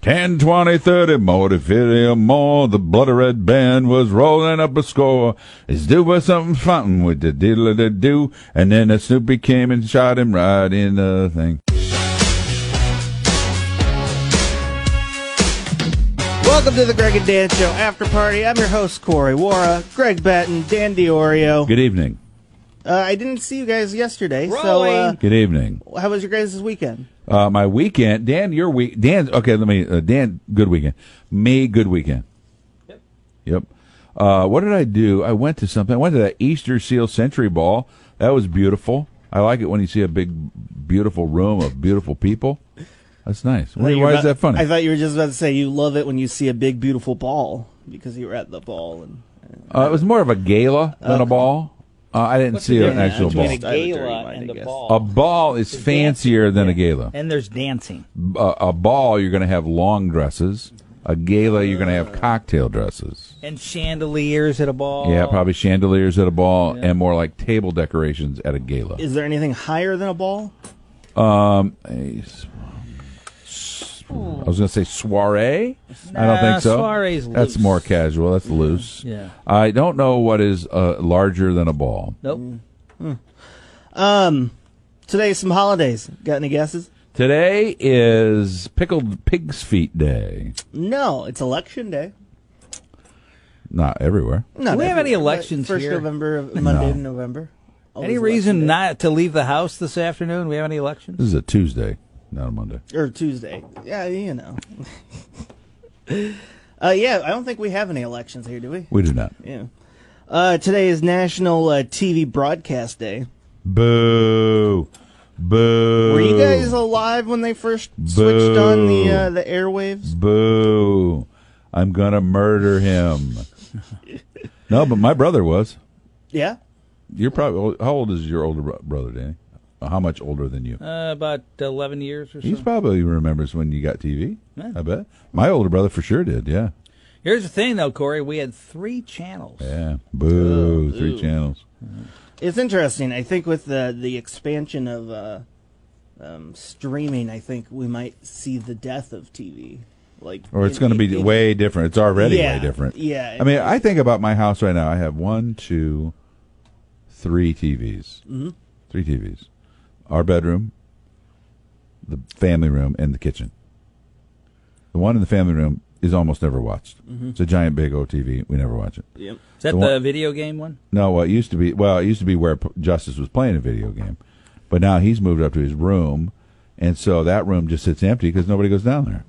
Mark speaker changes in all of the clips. Speaker 1: Ten, twenty, thirty, more to fifty or more. The bloody red band was rolling up a score. His do was something fountain with the diddle da do. And then a Snoopy came and shot him right in the thing.
Speaker 2: Welcome to the Greg and Dan Show After Party. I'm your host, Corey Wara, Greg Batten, Dan DiOrio.
Speaker 1: Good evening.
Speaker 2: Uh, I didn't see you guys yesterday, so uh,
Speaker 1: Good evening.
Speaker 2: how was your guys' weekend?
Speaker 1: Uh, my weekend, Dan, your week, Dan. Okay, let me, uh, Dan, good weekend. Me, good weekend. Yep. Yep. Uh, what did I do? I went to something. I went to that Easter Seal Century Ball. That was beautiful. I like it when you see a big, beautiful room of beautiful people. That's nice. Why,
Speaker 2: You
Speaker 1: why
Speaker 2: were
Speaker 1: is
Speaker 2: about-
Speaker 1: that funny?
Speaker 2: I thought you were just about to say you love it when you see a big, beautiful ball because you were at the ball. And
Speaker 1: uh, it was more of a gala than a ball. Uh, I didn't see an
Speaker 2: difference
Speaker 1: actual
Speaker 2: between
Speaker 1: ball.
Speaker 3: between
Speaker 2: ball. I would
Speaker 3: a gala
Speaker 2: dirty mind,
Speaker 3: and
Speaker 2: I
Speaker 3: a
Speaker 2: guess.
Speaker 1: A
Speaker 3: ball.
Speaker 1: ball is fancier than a gala.
Speaker 3: And there's dancing.
Speaker 1: A, a ball, you're going to have long dresses. A gala, you're going to have cocktail dresses.
Speaker 3: And chandeliers at a ball.
Speaker 1: Yeah, probably chandeliers at a ball and more like table decorations at a gala.
Speaker 2: is there anything higher than a ball?
Speaker 1: Um, a s- I was going to say soiree. I don't
Speaker 3: Nah,
Speaker 1: think so.
Speaker 3: soiree's
Speaker 1: That's
Speaker 3: loose.
Speaker 1: more casual. That's loose.
Speaker 3: Yeah.
Speaker 1: I don't know what is uh, larger than a ball.
Speaker 2: Mm.
Speaker 3: Nope.
Speaker 2: Today's Um, some holidays. Got any guesses?
Speaker 1: Today is pickled pig's feet day.
Speaker 2: No, it's election day.
Speaker 1: Not everywhere.
Speaker 2: Not
Speaker 3: Do we have
Speaker 2: everywhere,
Speaker 3: any elections
Speaker 2: but First
Speaker 3: here?
Speaker 2: November, of- Monday in November. Always
Speaker 3: Any
Speaker 2: election
Speaker 3: reason
Speaker 2: day.
Speaker 3: not to leave the house this afternoon? We have any elections?
Speaker 1: This is a Tuesday, not a Monday.
Speaker 2: or Tuesday. Yeah, you know. uh, yeah, I don't think we have any elections here, do we?
Speaker 1: We do not.
Speaker 2: Yeah. Uh, today is National uh, TV Broadcast Day.
Speaker 1: Boo. Boo.
Speaker 2: Were you guys alive when they first switched on the uh, the airwaves?
Speaker 1: Boo. I'm going to murder him. no, but my brother was.
Speaker 2: Yeah.
Speaker 1: You're probably how old is your older bro- brother, Danny? How much older than you?
Speaker 3: Uh, about 11 years or so.
Speaker 1: He's probably remembers when you got TV.
Speaker 3: Yeah.
Speaker 1: I bet my older brother for sure did. Yeah,
Speaker 3: Here's the thing, though, Corey. We had three channels.
Speaker 1: yeah. Boo,
Speaker 2: Oh,
Speaker 1: three channels.
Speaker 2: It's interesting. I think with the the expansion of uh, um, streaming, I think we might see the death of TV. Like,
Speaker 1: Or it's
Speaker 2: in-
Speaker 1: going to be
Speaker 2: in-
Speaker 1: way different. It's already
Speaker 2: Yeah,
Speaker 1: way different.
Speaker 2: yeah.
Speaker 1: I mean, I think about my house right now. I have one, two, three TVs. Mm-hmm. Three TVs. Our bedroom, the family room, and the kitchen. The one in the family room is almost never watched. It's a giant, big old TV. We never watch it.
Speaker 2: Yep.
Speaker 3: Is that
Speaker 1: The
Speaker 3: the,
Speaker 1: one-
Speaker 3: video game one?
Speaker 1: No, well, it used to be. Well, it used to be where P- Justice was playing a video game, but now he's moved up to his room, and so that room just sits empty because nobody goes down there.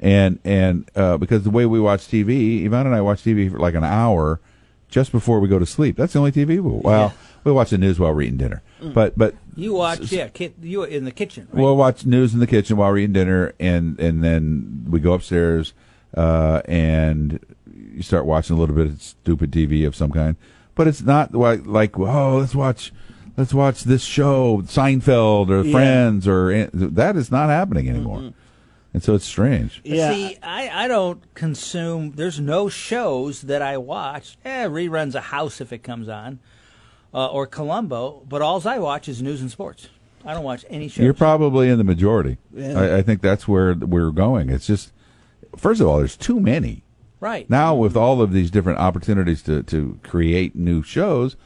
Speaker 1: And and uh, because the way we watch TV, Yvonne and I watch TV for like an hour just before we go to sleep. That's the only TV. We, well, we watch the news while we're eating dinner, but but
Speaker 3: You watch, yeah, ki- you were in the kitchen. Right?
Speaker 1: We'll watch news in the kitchen while we're eating dinner, and and then we go upstairs, uh, and you start watching a little bit of stupid TV of some kind. But it's not like like oh let's watch let's watch this show Seinfeld or
Speaker 2: Yeah.
Speaker 1: Friends or eh, that is not happening anymore, and so it's strange.
Speaker 2: Yeah.
Speaker 3: See, I, I don't consume. There's no shows that I watch. Eh, reruns of House if it comes on, uh, or Columbo. But alls I watch is news and sports. I don't watch any shows.
Speaker 1: You're probably in the majority.
Speaker 2: Yeah.
Speaker 1: I, I think that's where we're going. It's just first of all, there's too many.
Speaker 3: right
Speaker 1: now with all of these different opportunities to, to create new shows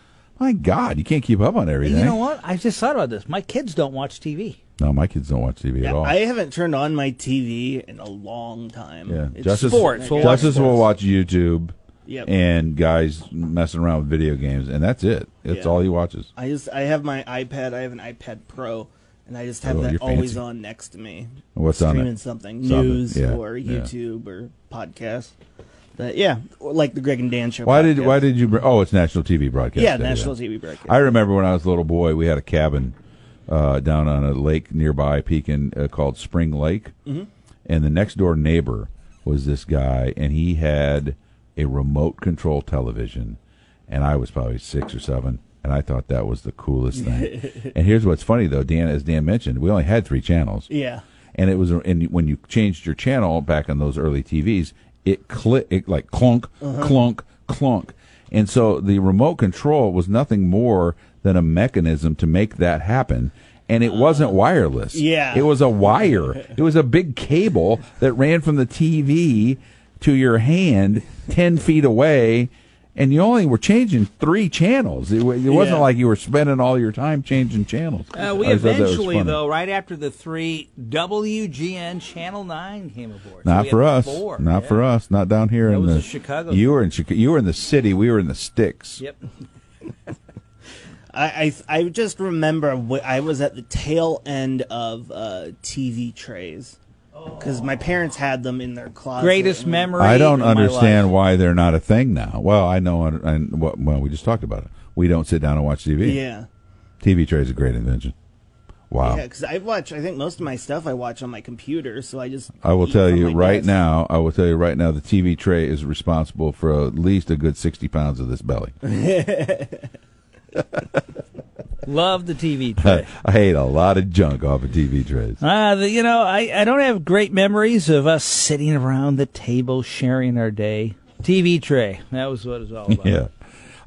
Speaker 1: my god you can't keep up on
Speaker 3: And
Speaker 1: everything
Speaker 3: You know what? I just thought about this. My kids don't watch TV.
Speaker 1: no my kids don't watch tv at all
Speaker 2: I haven't turned on my TV in a long time.
Speaker 1: yeah
Speaker 2: It's
Speaker 1: justice,
Speaker 3: sports. We'll watch
Speaker 1: justice will watch youtube
Speaker 2: Yep.
Speaker 1: and guys messing around with video games and that's it that's
Speaker 2: Yeah.
Speaker 1: all he watches
Speaker 2: I just I have my iPad. I have an iPad Pro, and I just have
Speaker 1: Oh,
Speaker 2: that
Speaker 1: you're
Speaker 2: always
Speaker 1: fancy.
Speaker 2: on next to me.
Speaker 1: What's on it?
Speaker 2: streaming something,
Speaker 1: Something,
Speaker 2: news
Speaker 1: yeah,
Speaker 2: or
Speaker 1: yeah.
Speaker 2: YouTube or podcast. But yeah, or like the Greg and Dan show.
Speaker 1: why did
Speaker 2: podcast.
Speaker 1: why did you br- oh it's national tv broadcast
Speaker 2: yeah
Speaker 1: Day,
Speaker 2: national TV broadcast?
Speaker 1: I remember when I was a little boy, we had a cabin uh, down on a lake nearby Pekin uh, called Spring Lake, and the next door neighbor was this guy, and he had a remote control television, and I was probably six or seven, and I thought that was the coolest thing. and here's what's funny though, Dan, as Dan mentioned, we only had three channels,
Speaker 2: yeah,
Speaker 1: and it was and when you changed your channel back on those early TVs, it click it like clunk,
Speaker 2: Uh-huh.
Speaker 1: clunk, clunk, and so the remote control was nothing more than a mechanism to make that happen. and it wasn't wireless.
Speaker 2: Oh. yeah.
Speaker 1: It was a wire. it was a big cable that ran from the TV to your hand 10 feet away. And you only were changing three channels. It, wa- it wasn't
Speaker 2: Yeah.
Speaker 1: like you were spending all your time changing channels.
Speaker 3: Uh, we
Speaker 1: I just thought that was
Speaker 3: eventually,
Speaker 1: funny.
Speaker 3: though, right after the three, WGN Channel 9 came aboard. So
Speaker 1: Not
Speaker 3: we
Speaker 1: for
Speaker 3: had
Speaker 1: us.
Speaker 3: four,
Speaker 1: Not
Speaker 3: yeah.
Speaker 1: for us. Not down here in
Speaker 3: was
Speaker 1: the
Speaker 3: in Chicago.
Speaker 1: You were in Chicago. You were in the city. We were in the sticks.
Speaker 3: Yep.
Speaker 2: I, I, I just remember wh- I was at the tail end of uh, TV trays because my parents had them in their closet.
Speaker 3: Greatest
Speaker 2: and-
Speaker 3: memory.
Speaker 1: I don't
Speaker 3: of my
Speaker 1: understand
Speaker 3: life.
Speaker 1: why they're not a thing now. Well, I know, and- and well, well, we just talked about it. We don't sit down and watch TV.
Speaker 2: Yeah.
Speaker 1: TV tray is a great invention. Wow.
Speaker 2: Yeah, because I watch. I think most of my stuff I watch on my computer, so I just.
Speaker 1: I will
Speaker 3: E
Speaker 2: eat
Speaker 1: tell
Speaker 2: from
Speaker 1: you
Speaker 2: my
Speaker 1: right
Speaker 2: desk.
Speaker 1: now. I will tell you right now. The TV tray is responsible for at least a good sixty pounds of this belly.
Speaker 3: Love the TV
Speaker 1: I,
Speaker 3: tray.
Speaker 1: I ate a lot of junk off of TV trays.
Speaker 3: Uh, the, you know, I, I don't have great memories of us sitting around the table sharing our day. TV tray. That was what it was all about.
Speaker 1: Yeah,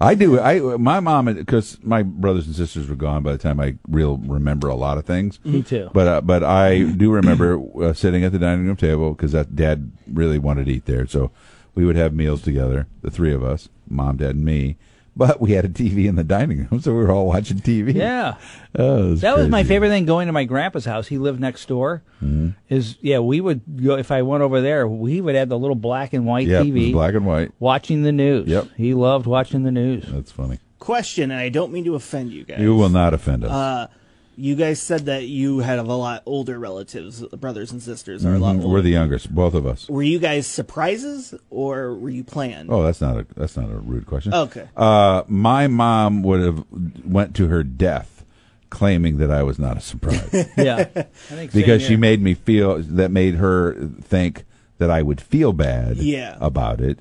Speaker 1: I do. I my mom because my brothers and sisters were gone by the time I real remember a lot of things.
Speaker 3: Me too.
Speaker 1: But uh, but I do remember uh, sitting at the dining room table because that dad really wanted to eat there, so we would have meals together, the three of us, mom, dad, and me. But we had a TV in the dining room, so we were all watching TV.
Speaker 3: Yeah.
Speaker 1: Oh, it
Speaker 3: That was my
Speaker 1: crazy. Mm-hmm.
Speaker 3: favorite thing going to my grandpa's house. He lived next door. Is yeah, we would go if I went over there, we would have the little black and white
Speaker 1: Yeah, it was
Speaker 3: TV
Speaker 1: black and white.
Speaker 3: watching the news.
Speaker 1: Yep.
Speaker 3: He loved watching the news.
Speaker 1: That's funny.
Speaker 2: Question, and I don't mean to offend you guys.
Speaker 1: You will not offend us.
Speaker 2: Uh, you guys said that you had a lot older relatives, brothers and sisters, are a lot
Speaker 1: Mhm.
Speaker 2: older.
Speaker 1: We're the youngest, both of us.
Speaker 2: Were you guys surprises or were you planned?
Speaker 1: Oh, that's not a that's not a rude question.
Speaker 2: Okay.
Speaker 1: Uh, my mom would have went to her death claiming that I was not a surprise
Speaker 3: Yeah. I think same
Speaker 1: because she
Speaker 3: here.
Speaker 1: made me feel that made her think that I would feel bad
Speaker 2: Yeah.
Speaker 1: about it.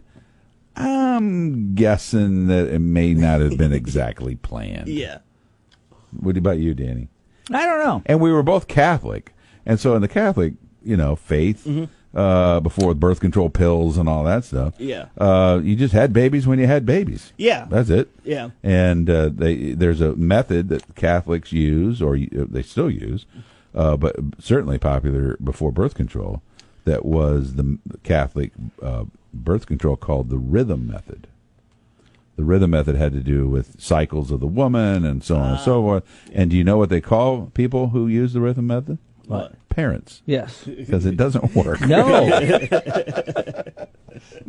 Speaker 1: I'm guessing that it may not have been exactly planned.
Speaker 2: Yeah.
Speaker 1: What about you, Danny?
Speaker 3: I don't know.
Speaker 1: and we were both Catholic, and so in the Catholic, you know, faith uh, before birth control pills and all that stuff.
Speaker 2: Mm-hmm. Yeah.
Speaker 1: uh, you just had babies when you had babies.
Speaker 2: Yeah.
Speaker 1: that's it.
Speaker 2: Yeah.
Speaker 1: and uh, they there's a method that Catholics use, or uh, they still use, uh, but certainly popular before birth control. That was the Catholic uh, birth control called the rhythm method the rhythm method had to do with cycles of the woman and so on and
Speaker 2: Ah.
Speaker 1: so forth. And do you know what they call people who use the rhythm method?
Speaker 2: What?
Speaker 1: Parents,
Speaker 3: Yes.
Speaker 1: because it doesn't work.
Speaker 3: No.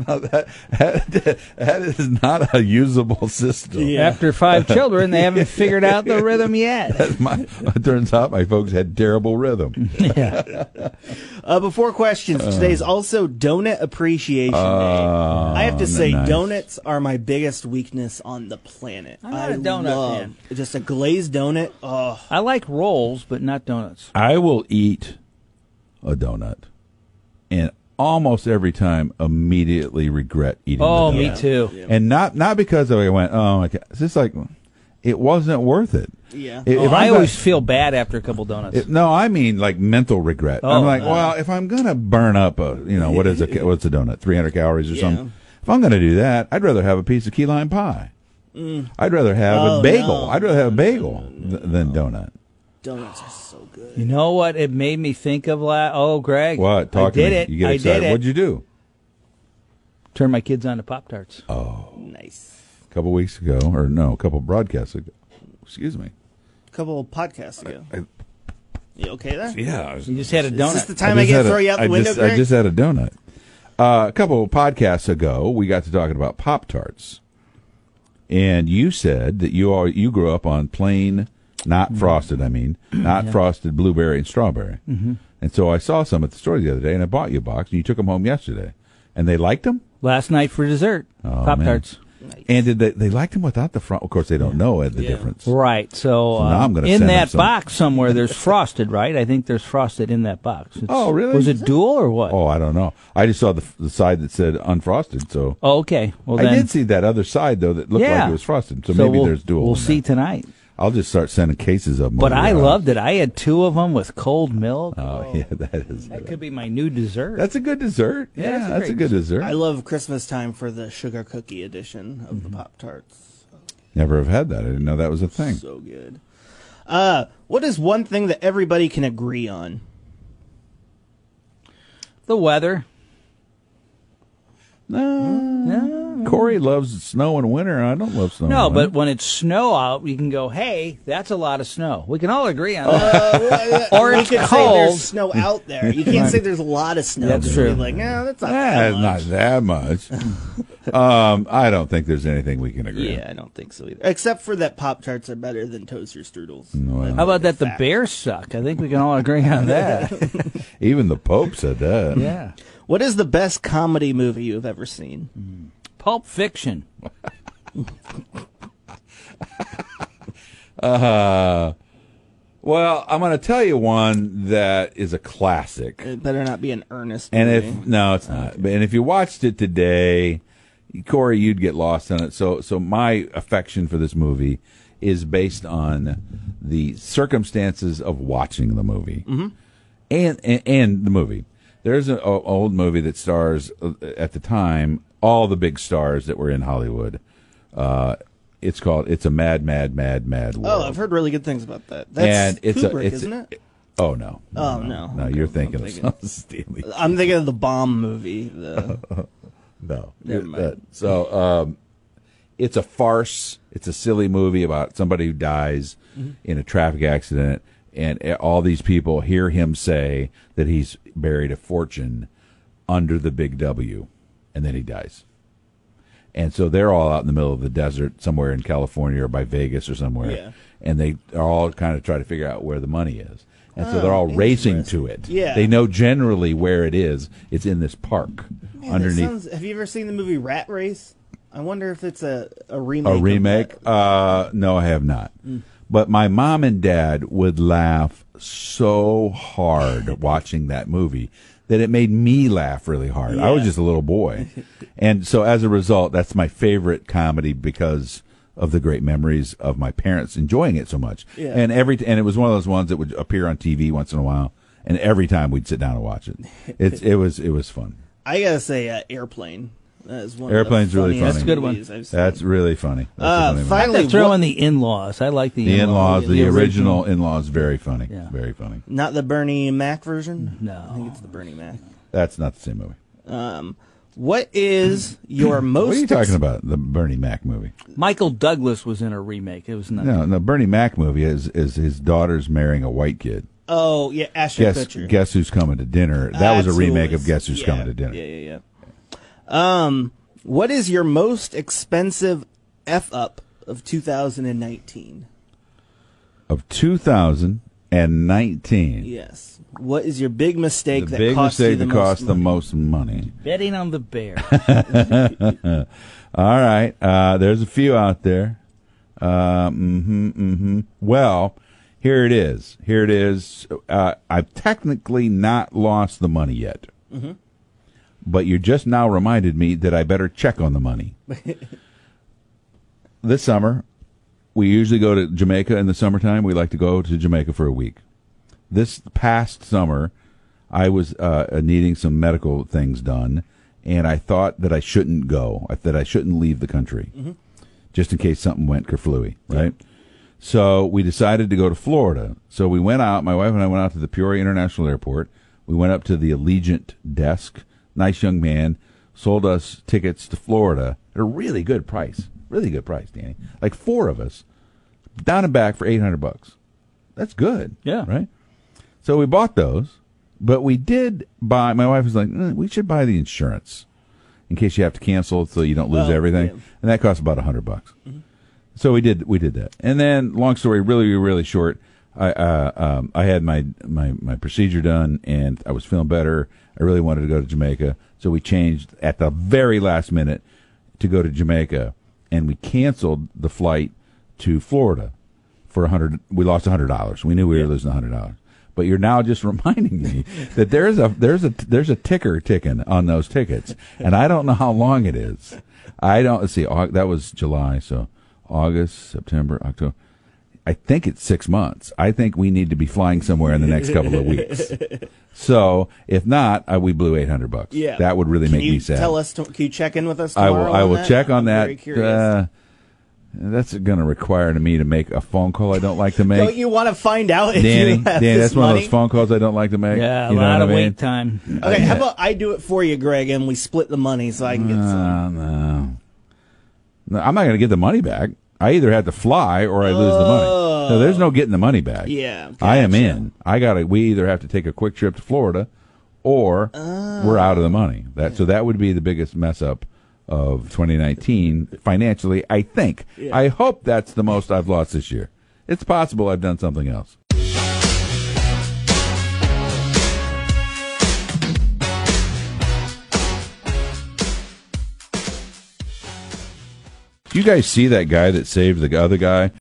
Speaker 1: No, that, that, that is not a usable system.
Speaker 2: Yeah.
Speaker 3: After five children, they haven't figured out the rhythm yet.
Speaker 1: My, it turns out my folks had terrible rhythm.
Speaker 3: Yeah.
Speaker 2: Uh, before questions, today's also Donut Appreciation Day. I have to say,
Speaker 1: Ah, nice.
Speaker 2: donuts are my biggest weakness on the planet.
Speaker 3: I'm not
Speaker 2: I
Speaker 3: a donut
Speaker 2: love
Speaker 3: man.
Speaker 2: Just a glazed donut. Oh,
Speaker 3: I like rolls, but not donuts.
Speaker 1: I will eat a donut, and almost every time, immediately regret eating.
Speaker 3: Oh,
Speaker 1: the
Speaker 3: me
Speaker 1: donut.
Speaker 3: too.
Speaker 1: and not not because I went, oh my god, it's just like it wasn't worth it.
Speaker 2: Yeah.
Speaker 1: If-
Speaker 3: Oh,
Speaker 1: if
Speaker 3: I
Speaker 1: I'm
Speaker 3: always feel bad after a couple donuts.
Speaker 1: If- no, I mean like mental regret. I'm
Speaker 3: Oh.
Speaker 1: like, well, if I'm gonna burn up a, you know, what is a ca- what's a donut? 300 calories or
Speaker 2: Yeah.
Speaker 1: something. If I'm gonna do that, I'd rather have a piece of key lime pie.
Speaker 3: Mm.
Speaker 1: I'd rather have a
Speaker 2: Oh,
Speaker 1: bagel.
Speaker 2: no.
Speaker 1: I'd rather have a bagel th- than donut.
Speaker 2: donuts are so good.
Speaker 3: you know what? It made me think of la- oh, Greg.
Speaker 1: What? Talk
Speaker 3: I did
Speaker 1: to me.
Speaker 3: it.
Speaker 1: You get
Speaker 3: I
Speaker 1: excited.
Speaker 3: did it.
Speaker 1: What'd you do?
Speaker 3: Turn my kids on to Pop Tarts.
Speaker 1: Oh.
Speaker 2: Nice.
Speaker 1: A couple weeks ago, or no, a couple broadcasts ago. Excuse me.
Speaker 2: A couple of podcasts ago.
Speaker 1: I-
Speaker 2: you okay there?
Speaker 1: Yeah, I was
Speaker 3: You just had a
Speaker 2: Is this
Speaker 3: donut.
Speaker 2: the time
Speaker 1: I
Speaker 2: I,
Speaker 1: just
Speaker 2: get
Speaker 1: had
Speaker 2: to throw you out the
Speaker 1: I
Speaker 2: window,
Speaker 1: just, I
Speaker 2: Greg?
Speaker 1: just had a donut. Uh, a couple of podcasts ago, we got to talking about Pop Tarts, and you said that you are you grew up on plain, not frosted. I mean, not frosted blueberry and strawberry. Mm-hmm. And so I saw some at the store the other day, and I bought you a box, and you took them home yesterday, and they liked them.
Speaker 3: Last night for dessert,
Speaker 1: Oh,
Speaker 3: Pop Tarts.
Speaker 1: man. And did they they liked them without the front? Of course, they don't know the difference.
Speaker 3: Right. So,
Speaker 1: now
Speaker 3: um,
Speaker 1: I'm gonna
Speaker 3: in
Speaker 1: send them
Speaker 3: that
Speaker 1: some.
Speaker 3: box somewhere, there's frosted, right? I think there's frosted in that box. It's-
Speaker 1: Oh, really?
Speaker 3: Was it dual or what?
Speaker 1: Oh, I don't know. I just saw the, the side that said unfrosted, so.
Speaker 3: Oh, okay. Well,
Speaker 1: I
Speaker 3: then.
Speaker 1: did see that other side though that looked
Speaker 3: Yeah.
Speaker 1: like it was frosted, so,
Speaker 3: so
Speaker 1: maybe
Speaker 3: we'll,
Speaker 1: there's dual.
Speaker 3: We'll
Speaker 1: in
Speaker 3: see
Speaker 1: there.
Speaker 3: tonight.
Speaker 1: I'll just start sending cases of them.
Speaker 3: But
Speaker 1: over
Speaker 3: I
Speaker 1: to your
Speaker 3: loved it. I had two of them with cold milk.
Speaker 1: house. Oh yeah, that is.
Speaker 3: that could be my new dessert.
Speaker 1: That's a good dessert. Yeah,
Speaker 3: that's a
Speaker 1: that's a
Speaker 3: great
Speaker 1: good dessert.
Speaker 2: I love Christmas time for the sugar cookie
Speaker 1: Mm-hmm.
Speaker 2: edition of the Pop Tarts.
Speaker 1: Never have had that. I didn't know that was a thing.
Speaker 2: So good. Uh, what is one thing that everybody can agree on?
Speaker 3: The weather.
Speaker 1: No. Corey loves snow in winter. I don't love snow.
Speaker 3: No,
Speaker 1: in
Speaker 3: but
Speaker 1: winter.
Speaker 3: when it's snow out, you can go, hey, that's a lot of snow. We can all agree on that.
Speaker 2: Uh,
Speaker 3: Or
Speaker 2: you
Speaker 3: it's
Speaker 2: can say
Speaker 3: cold.
Speaker 2: there's snow out there. You can't say there's a lot of snow.
Speaker 3: That's
Speaker 2: Just
Speaker 3: true.
Speaker 2: be Like, no, that's not.
Speaker 1: Ah,
Speaker 2: that
Speaker 1: it's
Speaker 2: much."
Speaker 1: not that much. um, I don't think there's anything we can agree.
Speaker 2: Yeah, I don't think so either. Except for that Pop Tarts are better than Toaster Strudels.
Speaker 1: No, I
Speaker 3: How
Speaker 1: don't.
Speaker 3: about that? The
Speaker 2: Fact.
Speaker 3: Bears suck. I think we can all agree on that.
Speaker 1: Even the Pope said that.
Speaker 3: yeah.
Speaker 2: What is the best comedy movie you have ever seen?
Speaker 1: Mm-hmm.
Speaker 3: Pulp Fiction.
Speaker 1: Well, I'm going to tell you one that is a classic.
Speaker 2: It better not be an earnest
Speaker 1: And
Speaker 2: movie.
Speaker 1: if no, it's not. But And if you watched it today, Corey, you'd get lost on it. So, so my affection for this movie is based on the circumstances of watching the movie, mm-hmm. and, and and the movie. There's an o- old movie that stars uh, at the time all the big stars that were in Hollywood. Uh, it's called "It's a Mad, Mad, Mad, Mad World."
Speaker 2: oh, I've heard really good things about that. That's
Speaker 1: and it's
Speaker 2: Kubrick,
Speaker 1: a, it's,
Speaker 2: isn't it?
Speaker 1: Oh no!
Speaker 2: Oh, no.
Speaker 1: No,
Speaker 2: Okay,
Speaker 1: you're
Speaker 2: I'm
Speaker 1: thinking,
Speaker 2: thinking-
Speaker 1: of something, Stanley.
Speaker 2: I'm thinking of the bomb movie. The,
Speaker 1: No.
Speaker 2: Never mind.
Speaker 1: Uh, so um, it's a farce. It's a silly movie about somebody who dies
Speaker 2: Mm-hmm.
Speaker 1: in a traffic accident, and uh, all these people hear him say that he's buried a fortune under the big W, and then he dies. And so they're all out in the middle of the desert, somewhere in California or by Vegas or somewhere,
Speaker 2: Yeah.
Speaker 1: and they are all kind of try to figure out where the money is. And so they're all racing to it.
Speaker 2: Oh, Yeah.
Speaker 1: They know generally where it is. It's in this park
Speaker 2: Man, that
Speaker 1: underneath
Speaker 2: sounds- have you ever seen the movie Rat Race? I wonder if it's a, a remake.
Speaker 1: a
Speaker 2: of
Speaker 1: remake?
Speaker 2: that.
Speaker 1: Uh, no, I have not.
Speaker 2: Mm.
Speaker 1: But my mom and dad would laugh so hard watching that movie that it made me laugh really hard. I was
Speaker 2: Yeah.
Speaker 1: just a little boy. and so as a result, that's my favorite comedy because of the great memories of my parents enjoying it so much.
Speaker 2: Yeah.
Speaker 1: And every and it was one of those ones that would appear on TV once in a while and every time we'd sit down and watch it. It's it was it was fun.
Speaker 2: I gotta say, uh, Airplane. That is one.
Speaker 1: Airplane's
Speaker 2: of the
Speaker 1: really funny.
Speaker 2: funniest
Speaker 1: That's a good
Speaker 3: one.
Speaker 2: movies I've seen.
Speaker 1: That's really funny. That's a
Speaker 2: Uh,
Speaker 1: funny movie.
Speaker 2: finally,
Speaker 3: Throw
Speaker 2: what-
Speaker 3: in the in-laws. I like the,
Speaker 1: The
Speaker 3: in-laws.
Speaker 1: in-laws, the, original in-laws, very funny.
Speaker 3: Yeah.
Speaker 1: Very funny.
Speaker 2: not the Bernie Mac version.
Speaker 3: No.
Speaker 2: I think it's the Bernie Mac.
Speaker 1: That's not the same movie.
Speaker 2: Um, what is your most?
Speaker 1: What are you
Speaker 2: ex-
Speaker 1: talking about? The Bernie Mac movie?
Speaker 3: Michael Douglas was in a remake. It was not.
Speaker 1: No, the Bernie Mac movie is is his daughter's marrying a white kid.
Speaker 2: Oh yeah, Ashton
Speaker 1: Guess
Speaker 2: Kutcher.
Speaker 1: guess who's coming to dinner? That was a
Speaker 2: That's
Speaker 1: remake
Speaker 2: who it
Speaker 1: of
Speaker 2: is.
Speaker 1: Guess Who's
Speaker 2: Yeah.
Speaker 1: Coming to Dinner.
Speaker 2: Yeah, yeah, yeah. Um, what is your most expensive f up of 2019?
Speaker 1: Of 2019,
Speaker 2: Yes. What is your big mistake
Speaker 1: the
Speaker 2: that
Speaker 1: big
Speaker 2: cost you
Speaker 1: mistake
Speaker 2: the
Speaker 1: that cost
Speaker 2: most
Speaker 1: the
Speaker 2: money?
Speaker 1: most money.
Speaker 3: Betting on the bear.
Speaker 1: All right, uh, there's a few out there. Uh, mm-hmm, mm-hmm. Well, here it is. Here it is. Uh, I've technically not lost the money yet, but you just now reminded me that I better check on the money. this summer, we usually go to Jamaica in the summertime. We like to go to Jamaica for a week. This past summer, I was uh, needing some medical things done, and I thought that I shouldn't go, that I shouldn't leave the country, just in case something went kerflooey, right? So we decided to go to Florida. So we went out, my wife and I went out to the Peoria International Airport. We went up to the Allegiant desk. Nice young man sold us tickets to Florida at a really good price. Really good price, Danny. Like four of us down and back for 800 bucks. That's good.
Speaker 3: Yeah.
Speaker 1: Right? So we bought those, but we did buy, my wife was like, "Eh, we should buy the insurance in case you have to cancel so you don't lose
Speaker 2: Well,
Speaker 1: everything.
Speaker 2: yeah. Mm-hmm.
Speaker 1: And that costs about 100 bucks. So we did we did that, and then long story really really short. I uh, um, I had my, my my procedure done, and I was feeling better. I really wanted to go to Jamaica, so we changed at the very last minute to go to Jamaica, and we canceled the flight to Florida for a hundred. We lost a hundred dollars. We knew we were losing a hundred dollars, but you're now just reminding me that there's a there's a there's a ticker ticking on those tickets, and I don't know how long it is. I don't let's see. Au- That was July, so August, September, October. I think it's six months. I think we need to be flying somewhere in the next couple of weeks. So if not, I, we blew eight hundred bucks.
Speaker 2: Yeah.
Speaker 1: that would really
Speaker 2: Can
Speaker 1: make
Speaker 2: you
Speaker 1: me sad.
Speaker 2: Tell us. To, can you check in with us?
Speaker 1: I will.
Speaker 2: tomorrow
Speaker 1: I
Speaker 2: on
Speaker 1: will
Speaker 2: that?
Speaker 1: check on
Speaker 2: I'm
Speaker 1: that.
Speaker 2: Very curious.
Speaker 1: uh, That's going to require to me to make a phone call I don't like to make.
Speaker 2: Don't you want to find out if
Speaker 1: Danny,
Speaker 2: you have
Speaker 1: Danny,
Speaker 2: this
Speaker 1: that's one
Speaker 2: money?
Speaker 1: of those phone calls I don't like to make.
Speaker 3: Yeah, a
Speaker 1: you know
Speaker 3: lot
Speaker 1: what
Speaker 3: of
Speaker 1: I mean?
Speaker 3: wait time.
Speaker 2: Okay, how about I do it for you, Greg, and we split the money so I can get some.
Speaker 1: Uh, no. No, I'm not going to get the money back. I either have to fly or I lose the money. So there's no getting the money back.
Speaker 2: Yeah,
Speaker 1: I am
Speaker 2: gotcha.
Speaker 1: in. I got to. We either have to take a quick trip to Florida, or
Speaker 2: Ah.
Speaker 1: we're out of the money. That so that would be the biggest mess up of 2019 financially. I think. I hope that's the most I've lost this year. It's possible I've done something else. Do you guys see that guy that saved the other guy?